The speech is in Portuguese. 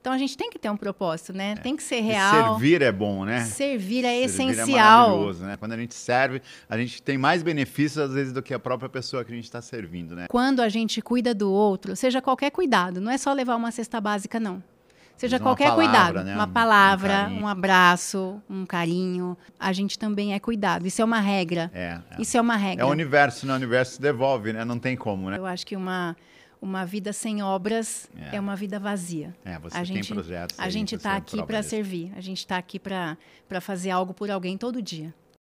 Então a gente tem que ter um propósito, né? Tem que ser É. E real. servir é bom, né? Servir é Servir É essencial. maravilhoso, né? Quando a gente serve, a gente tem mais benefícios, às vezes, do que a própria pessoa que a gente está servindo, né? Quando a gente cuida do outro, seja qualquer cuidado, não é só levar uma cesta básica, não. Seja Mas uma qualquer palavra, cuidado, né? uma Um- um palavra, carinho. um abraço, um carinho, a gente também é cuidado. Isso é uma regra. É. é. Isso é uma É regra. o universo, né? O universo devolve, né? Não tem como, né? Eu acho que uma, uma vida sem obras É. é, uma vida vazia. É, você A tem gente- projetos. A aí, gente você assim. está tá aqui prova para disso. servir, a gente está aqui para fazer algo por alguém todo dia.